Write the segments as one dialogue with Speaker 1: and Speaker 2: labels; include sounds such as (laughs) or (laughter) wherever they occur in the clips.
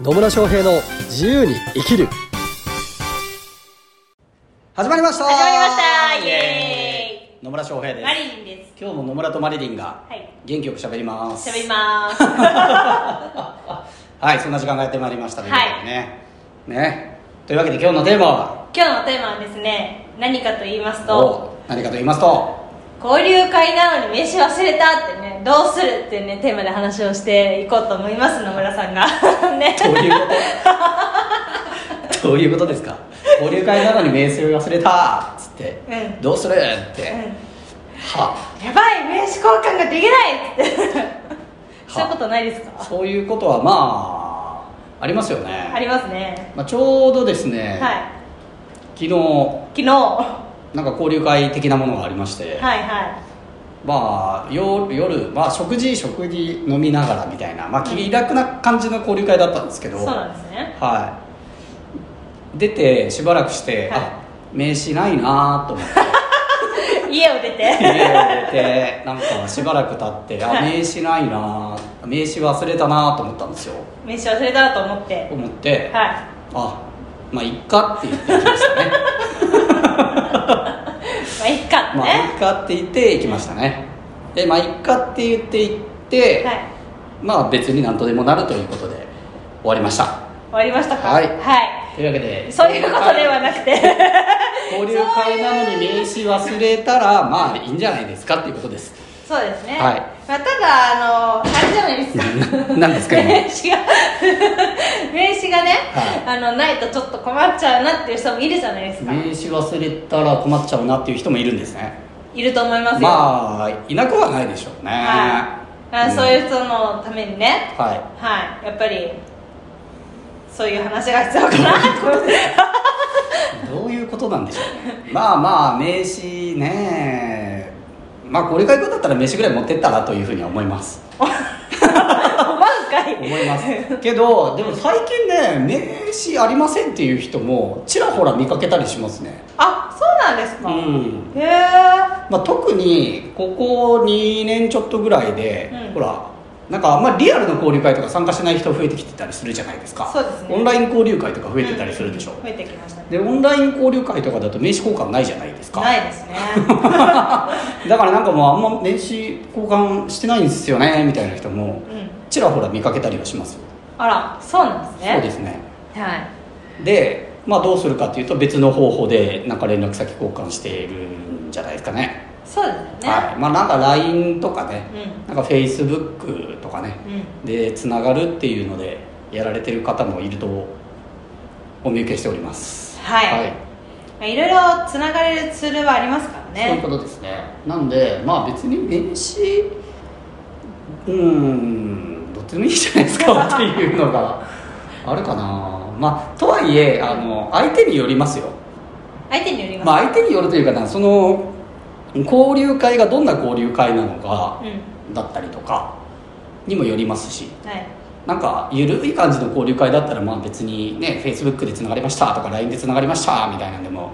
Speaker 1: 野村翔平の自由に生きる始まりました
Speaker 2: 始まりましたイエ
Speaker 1: 野村翔平で
Speaker 2: ー
Speaker 1: す
Speaker 2: イマリンです
Speaker 1: 今日も野村とマリリンが
Speaker 2: はい
Speaker 1: 元気よく喋ります
Speaker 2: 喋りま
Speaker 1: (laughs)
Speaker 2: す
Speaker 1: はいそんな時間がやってまいりましたということでね、ねというわけで今日のテーマは
Speaker 2: 今日のテーマはですね何かと言いますと
Speaker 1: お何かと言いますと
Speaker 2: 交流会なのに名刺忘れたってねどうするっていうねテーマで話をしていこうと思います野村さん
Speaker 1: (laughs)
Speaker 2: がね
Speaker 1: どういうこと (laughs) どういうことですか交流会なのに名刺を忘れたっつって、
Speaker 2: うん
Speaker 1: どうするって、
Speaker 2: うん
Speaker 1: は
Speaker 2: やばい名刺交換がで
Speaker 1: (laughs)
Speaker 2: きないってそういうことないですか
Speaker 1: そういうことはまあありますよね
Speaker 2: ありますね
Speaker 1: まあ、ちょうどですね、
Speaker 2: はい
Speaker 1: 昨日
Speaker 2: 昨日は
Speaker 1: なんか交流会的なものがありまし
Speaker 2: い
Speaker 1: て、
Speaker 2: は
Speaker 1: まあ夜夜、まあ、食事食事飲みながらみたいな、まあ、気楽な感じの交流会だったんですけ
Speaker 2: い
Speaker 1: ど、
Speaker 2: そうなんですね
Speaker 1: はい出てしばらくして、
Speaker 2: はい
Speaker 1: あ名刺ないなと思って
Speaker 2: 家を出
Speaker 1: (laughs) 家を
Speaker 2: て
Speaker 1: 出てなんかしばらく経ってあ
Speaker 2: はい
Speaker 1: 名刺ないな名刺忘れたなと思ったんですよ
Speaker 2: 名刺忘れたなと思って
Speaker 1: 思って、
Speaker 2: はい
Speaker 1: あまあいっかって言って行きましたね
Speaker 2: まあいっかって
Speaker 1: まあい
Speaker 2: ね
Speaker 1: っかって言って行きましたねでまあいっかって言って行って、
Speaker 2: はい
Speaker 1: まあ別になんとでもなるということで終わりました
Speaker 2: 終わりましたか
Speaker 1: はい
Speaker 2: はい
Speaker 1: というわけで
Speaker 2: そういうことではなくて
Speaker 1: 交流会なのに名刺忘れたらまあいいんじゃないですかっていうことです
Speaker 2: そうですね、
Speaker 1: はい
Speaker 2: まあ、ただあのあれじゃないですか
Speaker 1: 何ですか今
Speaker 2: 名刺が名刺がね、
Speaker 1: は
Speaker 2: あのないとちょっと困っちゃうなっていう人もいるじゃないですか、
Speaker 1: 名刺忘れたら困っちゃうなっていう人もいるんですね
Speaker 2: いると思いますよ、
Speaker 1: まあいなくはないでしょうね
Speaker 2: はい、あそういう人のためにね
Speaker 1: は
Speaker 2: はいやっぱりそういう話が必要か (laughs) なと思って
Speaker 1: いどういうことなんでしょうねまあまあ名刺ねまあ交流会だったら名刺ぐらい持ってったらというふうには思います
Speaker 2: 思うかい
Speaker 1: 思いますけどでも最近ね名刺ありませんっていう人もちらほら見かけたりしますね
Speaker 2: あそうなんですか、
Speaker 1: ん、
Speaker 2: へえ
Speaker 1: まあ、特にここ2年ちょっとぐらいで、
Speaker 2: うん
Speaker 1: ほらなんかあんまりリアルの交流会とか参加しない人増えてきてたりするじゃないですか
Speaker 2: そうですね
Speaker 1: オンライン交流会とか増えてたりするでしょ、
Speaker 2: 増えてきましたね
Speaker 1: でオンライン交流会とかだと名刺交換ないじゃないですか
Speaker 2: ないですね
Speaker 1: だからなんかもうあんま名刺交換してないんですよねみたいな人も
Speaker 2: うん
Speaker 1: ちらほら見かけたりはしますよ
Speaker 2: あらそうなんですね
Speaker 1: そうですね
Speaker 2: はい
Speaker 1: で、まあ、どうするかっていうと別の方法でなんか連絡先交換しているんじゃないですかね
Speaker 2: そうですよね、
Speaker 1: はいまあなんか LINE とかね、
Speaker 2: う
Speaker 1: なんか Facebook とかね
Speaker 2: うん
Speaker 1: でつながるっていうのでやられてる方もいるとお見受けしております
Speaker 2: はい
Speaker 1: い
Speaker 2: まあいろいろつながれるツールはありますから
Speaker 1: そういう
Speaker 2: ね
Speaker 1: ことですねなんでまあ別に名刺うーんどっちでもいいじゃないです
Speaker 2: (laughs)
Speaker 1: かっていうのがあるかなまあとはいえあの相手によりますよ
Speaker 2: 相手によります、
Speaker 1: まあ相手によるというかなその交流会がどんな交流会なのか
Speaker 2: うん
Speaker 1: だったりとかにもよりますし
Speaker 2: はい
Speaker 1: なんか緩い感じの交流会だったらまあ別にね Facebook でつながりましたとか LINE でつながりましたみたいなんでも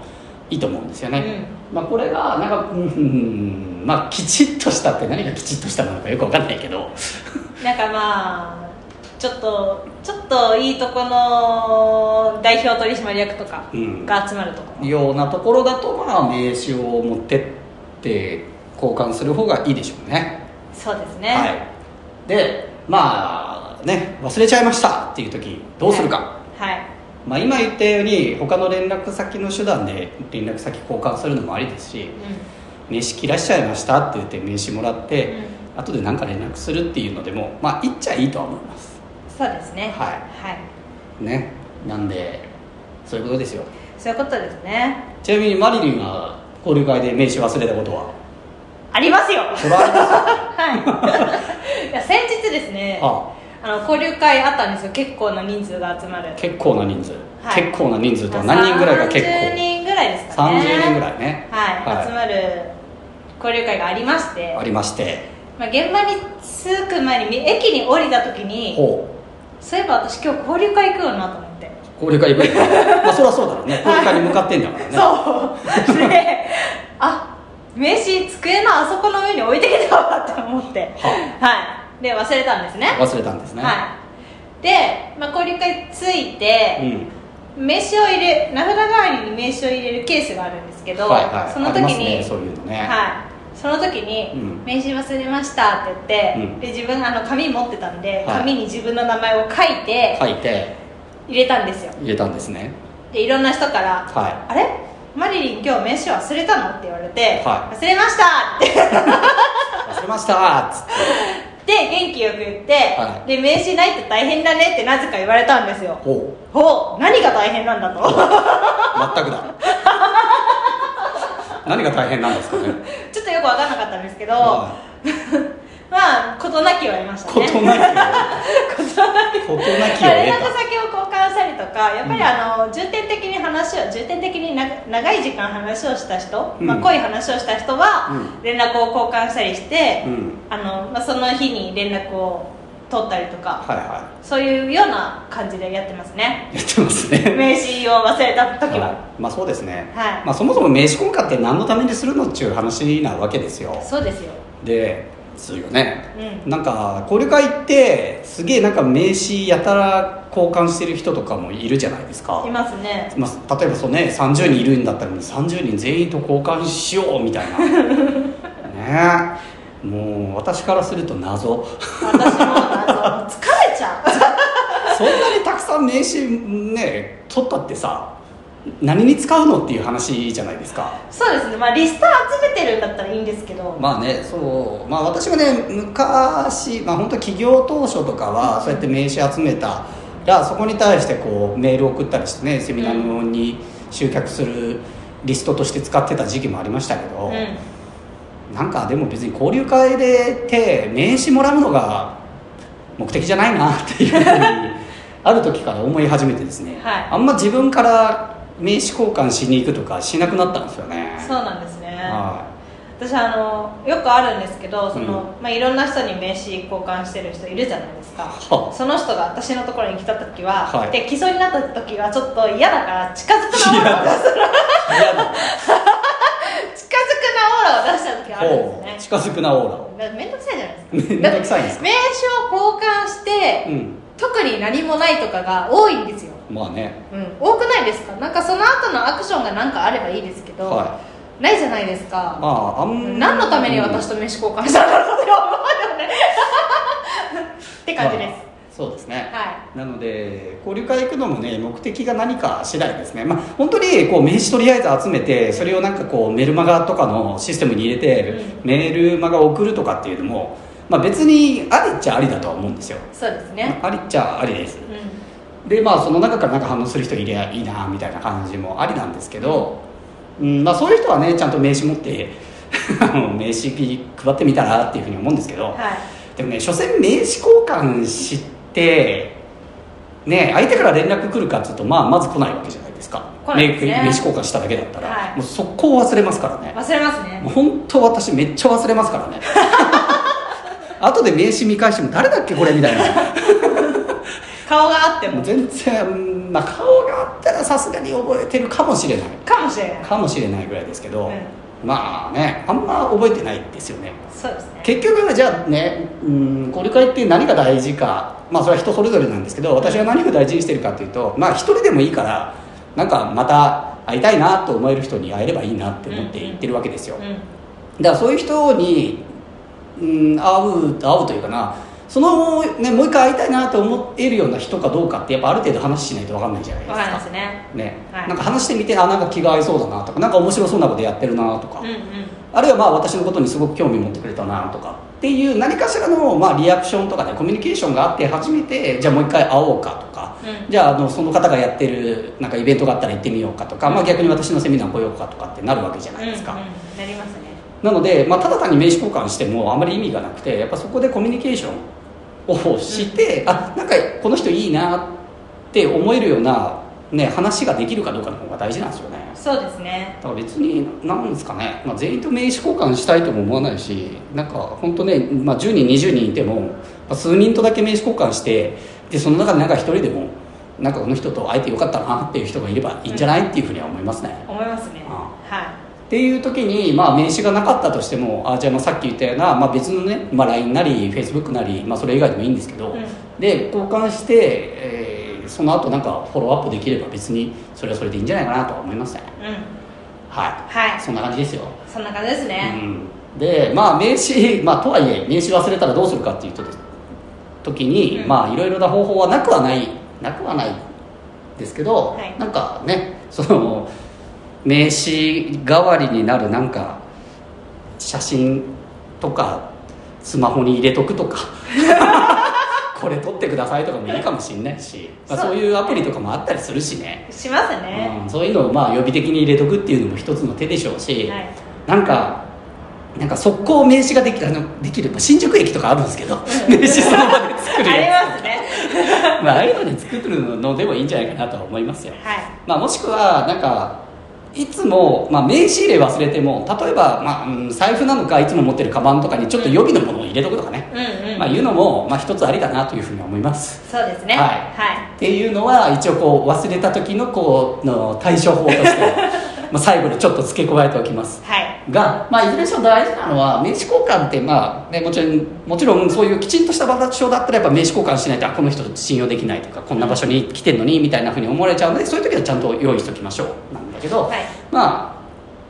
Speaker 1: いいと思うんですよね、まあこれがなんかうんうんまあきちっとしたって何がきちっとしたのかよくわかんないけど
Speaker 2: なんかまあちょっとちょっといいとこの代表取締役とか
Speaker 1: うん
Speaker 2: が集まるとこ、
Speaker 1: ようなところだとまあ名刺を持ってって交換する方がいいでしょうね
Speaker 2: そうですね、
Speaker 1: はいでまあね忘れちゃいましたっていう時どうするか、
Speaker 2: はい、
Speaker 1: まあ、今言ったように他の連絡先の手段で連絡先交換するのもありですし名刺切らしちゃいましたって言って名刺もらって、後で何か連絡するっていうのでもまあ言っちゃいいとは思います
Speaker 2: うん、そうですね
Speaker 1: はい
Speaker 2: はい、
Speaker 1: ねなんでそういうことですよ
Speaker 2: そういうことですね
Speaker 1: ちなみにマリリンが交流会で名刺忘れたこと
Speaker 2: (laughs)
Speaker 1: は
Speaker 2: ありますよ (laughs)
Speaker 1: それはあります (laughs)
Speaker 2: はいいや先日ですね
Speaker 1: あ
Speaker 2: あの交流会あったんですよ結構な人数が集まる
Speaker 1: 結構な人数、
Speaker 2: はい
Speaker 1: 結構な人数とは何人ぐらいが結
Speaker 2: 30
Speaker 1: 構
Speaker 2: 人ぐらいですかね
Speaker 1: 30人ぐ
Speaker 2: い
Speaker 1: らいね
Speaker 2: はい、
Speaker 1: はい
Speaker 2: 集まる交流会がありまして
Speaker 1: ありまして
Speaker 2: まあ、現場に着く前にみ駅に降りた時に
Speaker 1: ほう
Speaker 2: そういえば私今日交流会行くよなと思って、
Speaker 1: 交流会行くよね (laughs) まあそりゃそうだろうね交流会に向かってんだからね
Speaker 2: そうであ名刺机のあそこの上に置いてきたわって思って
Speaker 1: は
Speaker 2: はいで忘れたんですね
Speaker 1: 忘れたんですね、
Speaker 2: はで、まあ、交流会ついて、
Speaker 1: うん
Speaker 2: 名刺を入れ名札代わりに名刺を入れるケースがあるんですけど、
Speaker 1: はいはい
Speaker 2: その時
Speaker 1: あります
Speaker 2: に、
Speaker 1: ねそういうのね、
Speaker 2: はい、その時に、
Speaker 1: うん
Speaker 2: 名刺忘れましたって言って、
Speaker 1: うん
Speaker 2: で自分あの紙持ってたんで、
Speaker 1: はい
Speaker 2: 紙に自分の名前を書いて
Speaker 1: 書いて
Speaker 2: 入れたんですよ
Speaker 1: 入れたんですね
Speaker 2: でいろんな人から「
Speaker 1: は
Speaker 2: あれマリリン今日名刺忘れたの?」って言われて「
Speaker 1: は
Speaker 2: 忘れました!」って
Speaker 1: い忘れましたーっつっ
Speaker 2: (laughs)
Speaker 1: て
Speaker 2: で元気よく言って、
Speaker 1: はい
Speaker 2: で名刺ないって大変だねってなぜか言われたんですよ
Speaker 1: おう
Speaker 2: ほう何が大変なんだと (laughs)
Speaker 1: 全くだ何が大変なんですかね
Speaker 2: ちょっとよく分かんなかったんですけど、
Speaker 1: は
Speaker 2: まあ事なきを得まし
Speaker 1: い
Speaker 2: た
Speaker 1: 事
Speaker 2: ね
Speaker 1: なきを事なきを
Speaker 2: 連絡
Speaker 1: 得た
Speaker 2: 先を交換したりとかやっぱりあの、重点的に話を重点的にな長い時間話をした人、
Speaker 1: うん
Speaker 2: まあ、濃い話をした人は
Speaker 1: う
Speaker 2: 連絡を交換したりして、
Speaker 1: うん
Speaker 2: あのまあ、その日に連絡を取ったりとか、
Speaker 1: はいは
Speaker 2: そういうような感じでやってま
Speaker 1: (laughs)
Speaker 2: すね
Speaker 1: いやってます
Speaker 2: (laughs)
Speaker 1: ね
Speaker 2: 名刺を忘れた時は、
Speaker 1: いまあそうですね、
Speaker 2: はい
Speaker 1: まあ、そもそも名刺交換って何のためにするのっていう話なわけですよ
Speaker 2: そうですよ
Speaker 1: でそうよね、
Speaker 2: うん
Speaker 1: なんか交流会ってすげえなんか名刺やたら交換してる人とかもいるじゃないですか
Speaker 2: います
Speaker 1: (laughs)
Speaker 2: ね
Speaker 1: まあ、例えばそう、ね、30人いるんだったらもう30人全員と交換しようみたい
Speaker 2: (laughs)
Speaker 1: なねえもう私からすると謎
Speaker 2: 私もあの疲れちゃう
Speaker 1: そんなにたくさん名刺ね取ったってさ何に使うのっていう話じゃないですか
Speaker 2: そうですねまあリスト集めてるんだったらいいんですけど、
Speaker 1: まあねそうまあ私もね昔まあ本当起業当初とかはそうやって名刺集めたらそこに対してこうメール送ったりしてねセミナーに集客するリストとして使ってた時期もありましたけど、
Speaker 2: うん
Speaker 1: なんかでも別に交流会でって名刺もらうのが目的じゃないなっていう
Speaker 2: (laughs)
Speaker 1: ふうにある時から思い始めてですね、
Speaker 2: はい
Speaker 1: あんま自分から名刺交換しに行くとかしなくなったんですよね
Speaker 2: そうなんですね
Speaker 1: (laughs) は
Speaker 2: 私あのよくあるんですけどその、
Speaker 1: うん
Speaker 2: まあ、いろんな人に名刺交換してる人いるじゃないですか
Speaker 1: はあ
Speaker 2: その人が私のところに来た時は、
Speaker 1: はい
Speaker 2: で来そうになった時はちょっと嫌だから近づくなオーラを出す
Speaker 1: い嫌だ
Speaker 2: 近づくなオーラを出した時があるんです
Speaker 1: ほう
Speaker 2: ね
Speaker 1: 近づくなオーラを
Speaker 2: だ面倒くさいじゃないですか
Speaker 1: 面倒くさいんです
Speaker 2: 名刺を交換して、
Speaker 1: うん
Speaker 2: 特に何もないとかが多いんですよ、
Speaker 1: まあね
Speaker 2: うん、多くないですかなんかその後のアクションが何かあればいいですけど、
Speaker 1: は
Speaker 2: ないじゃないですか
Speaker 1: まああん
Speaker 2: 何のために私と飯交換したんだろうって思うよね
Speaker 1: (laughs)
Speaker 2: って感じで
Speaker 1: まあ
Speaker 2: す
Speaker 1: そうですね
Speaker 2: は
Speaker 1: なので交流会行くのもね目的が何か次第ですねまあ本当にこう名刺とりあえず集めてそれをなんかこうメルマガとかのシステムに入れて、
Speaker 2: う
Speaker 1: メールマガを送るとかっていうのも、まあ、別にありっちゃありだとは思うんですよ、
Speaker 2: そうですね
Speaker 1: ありっちゃありです
Speaker 2: うん
Speaker 1: でまあその中からなんか反応する人いりゃいいなみたいな感じもありなんですけど、うんまあ、そういう人はねちゃんと名刺持って (laughs) あの名刺配ってみたらっていうふうに思うんですけど、
Speaker 2: はい
Speaker 1: でもね所詮名刺交換してね相手から連絡来るかっていうと、まあ、まず来ないわけじゃないですか
Speaker 2: 来ないですね
Speaker 1: 名名刺交換しただけだったら、
Speaker 2: はい
Speaker 1: もう速攻忘れますからね
Speaker 2: 忘れますね
Speaker 1: もう本当私めっちゃ忘れますからね (laughs) 後で名刺見返しても誰だっけこれみたいな
Speaker 2: 顔があって
Speaker 1: もう
Speaker 2: も
Speaker 1: 全然、うんまあ、顔があったらさすがに覚えてるかもしれない
Speaker 2: かもしれない
Speaker 1: かもしれないぐらいですけど、
Speaker 2: う
Speaker 1: まあねあんま覚えてないですよね
Speaker 2: そうですね
Speaker 1: 結局はじゃあねうん交流会って何が大事かまあそれは人それぞれなんですけど私は何を大事にしてるかというとまあ一人でもいいからなんかまた会いたいなと思える人に会えればいいなって思って行ってるわけですよ、
Speaker 2: うん
Speaker 1: だからそういう人に、うん、会う会うというかなその、ね、もう一回会いたいなと思えるような人かどうかってやっぱある程度話しないと分かんないじゃないで
Speaker 2: わ
Speaker 1: す
Speaker 2: か
Speaker 1: か
Speaker 2: りますね
Speaker 1: ね、
Speaker 2: はい
Speaker 1: なんか話してみてあなんか気が合いそうだなとかなんか面白そうなことやってるなとか、
Speaker 2: うんうん
Speaker 1: あるいはまあ私のことにすごく興味持ってくれたなとかっていう何かしらのまあリアクションとかねコミュニケーションがあって初めてじゃあもう一回会おうかとか、
Speaker 2: うん
Speaker 1: じゃああのその方がやってるなんかイベントがあったら行ってみようかとか、まあ、逆に私のセミナー来ようかとかってなるわけじゃないですか、
Speaker 2: うんうんなりますね
Speaker 1: なので、まあ、ただ単に名刺交換してもあまり意味がなくてやっぱそこでコミュニケーションをして、あなんかこの人いいなって思えるような、ね、話ができるかどうかの方が大事なんですよね
Speaker 2: そうですね
Speaker 1: だから別になんですかね、まあ、全員と名刺交換したいとも思わないしなんか本当ね、まあ、10人20人いても、まあ数人とだけ名刺交換してでその中でなんか1人でもなんかこの人と会えてよかったなっていう人がいればいいんじゃないっていうふうには思いますね、
Speaker 2: 思いますね
Speaker 1: あ
Speaker 2: は
Speaker 1: っていう時に、まあ、名刺がなかったとしてもあじゃあまあさっき言ったような、まあ、別のね、まあ、LINE なり Facebook なり、まあ、それ以外でもいいんですけど、
Speaker 2: うん
Speaker 1: で交換して、えーその後なんかフォローアップできれば別にそれはそれでいいんじゃないかなとは思いましたね
Speaker 2: うん
Speaker 1: は
Speaker 2: はい
Speaker 1: いそんな感じですよ、
Speaker 2: そんな感じですね、
Speaker 1: うん、でまあ名刺、まあ、とはいえ名刺忘れたらどうするかっていうと時に、
Speaker 2: うん
Speaker 1: まあいろいろな方法はなくはないなくはないですけど、
Speaker 2: はい
Speaker 1: なんかねその名刺代わりになるなんか写真とかスマホに入れとく
Speaker 2: (laughs)
Speaker 1: とかこれ撮ってくださいとかもいいかもしれないし、まあ、
Speaker 2: そう
Speaker 1: そういうアプリとかもあったりするしね、
Speaker 2: しますね、
Speaker 1: うん、そういうのをまあ予備的に入れとくっていうのも一つの手でしょうし、
Speaker 2: はい
Speaker 1: なんか、なんか速攻名刺ができあのできる、まあ新宿駅とかあるんですけど、名刺その場で作る
Speaker 2: あり
Speaker 1: や
Speaker 2: ますね
Speaker 1: つ、まあ、ああいうので作るのでもいいんじゃないかなとは思いますよ。
Speaker 2: は
Speaker 1: まあ、もしくは、なんか、いつも、まあ、名刺入れ忘れても、例えば、まあうん、財布なのか、いつも持ってるカバンとかにちょっと予備のものを入れとくとかね、
Speaker 2: いうんうん、
Speaker 1: まあ、いうのも、まあ、一つありだなというふうに思います。
Speaker 2: そうですね
Speaker 1: はい
Speaker 2: は
Speaker 1: っていうのは一応こう忘れた時のこうの対処法として
Speaker 2: (laughs)
Speaker 1: まあ最後にちょっと付け加えておきます
Speaker 2: い、はい
Speaker 1: が、まあ、いずれにしても大事なのは名刺交換って、まあね、もちろんもちろんそういうきちんとした場所だったらやっぱ名刺交換しないとあこの人信用できないとかこんな場所に来てるのにみたいなふうに思われちゃうのでそういう時はちゃんと用意しておきましょうなんだけど、
Speaker 2: はい
Speaker 1: ま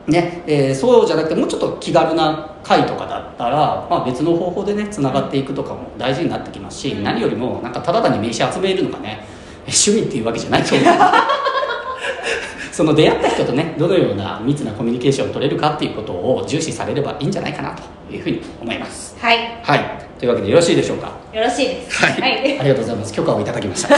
Speaker 1: あねえーそうじゃなくてもうちょっと気軽な会とかだったら、まあ、別の方法でねつながっていくとかも大事になってきますし、
Speaker 2: うん
Speaker 1: 何よりもなんかただ単に名刺集めるのがねえ趣味っていうわけじゃないと思うその出会った人とねどのような密なコミュニケーションを取れるかっていうことを重視されればいいんじゃないかなというふうに思います
Speaker 2: はい
Speaker 1: はいというわけでよろしいでしょうか
Speaker 2: よろしいです
Speaker 1: ありがとうございます。許可をいただきました。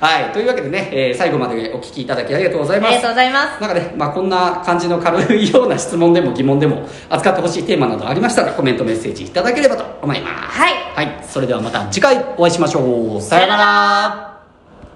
Speaker 1: はい、というわけでね、えー最後までお聞きいただきありがとうござい
Speaker 2: あ
Speaker 1: ま
Speaker 2: りが
Speaker 1: す
Speaker 2: とう。ございます
Speaker 1: なんかね、まあ、こんな感じの軽いような質問でも疑問でも扱ってほしいテーマなどありましたらコメントメッセージいただければと思います。
Speaker 2: はい
Speaker 1: はい、それではまた次回お会いしましょう。さようなら。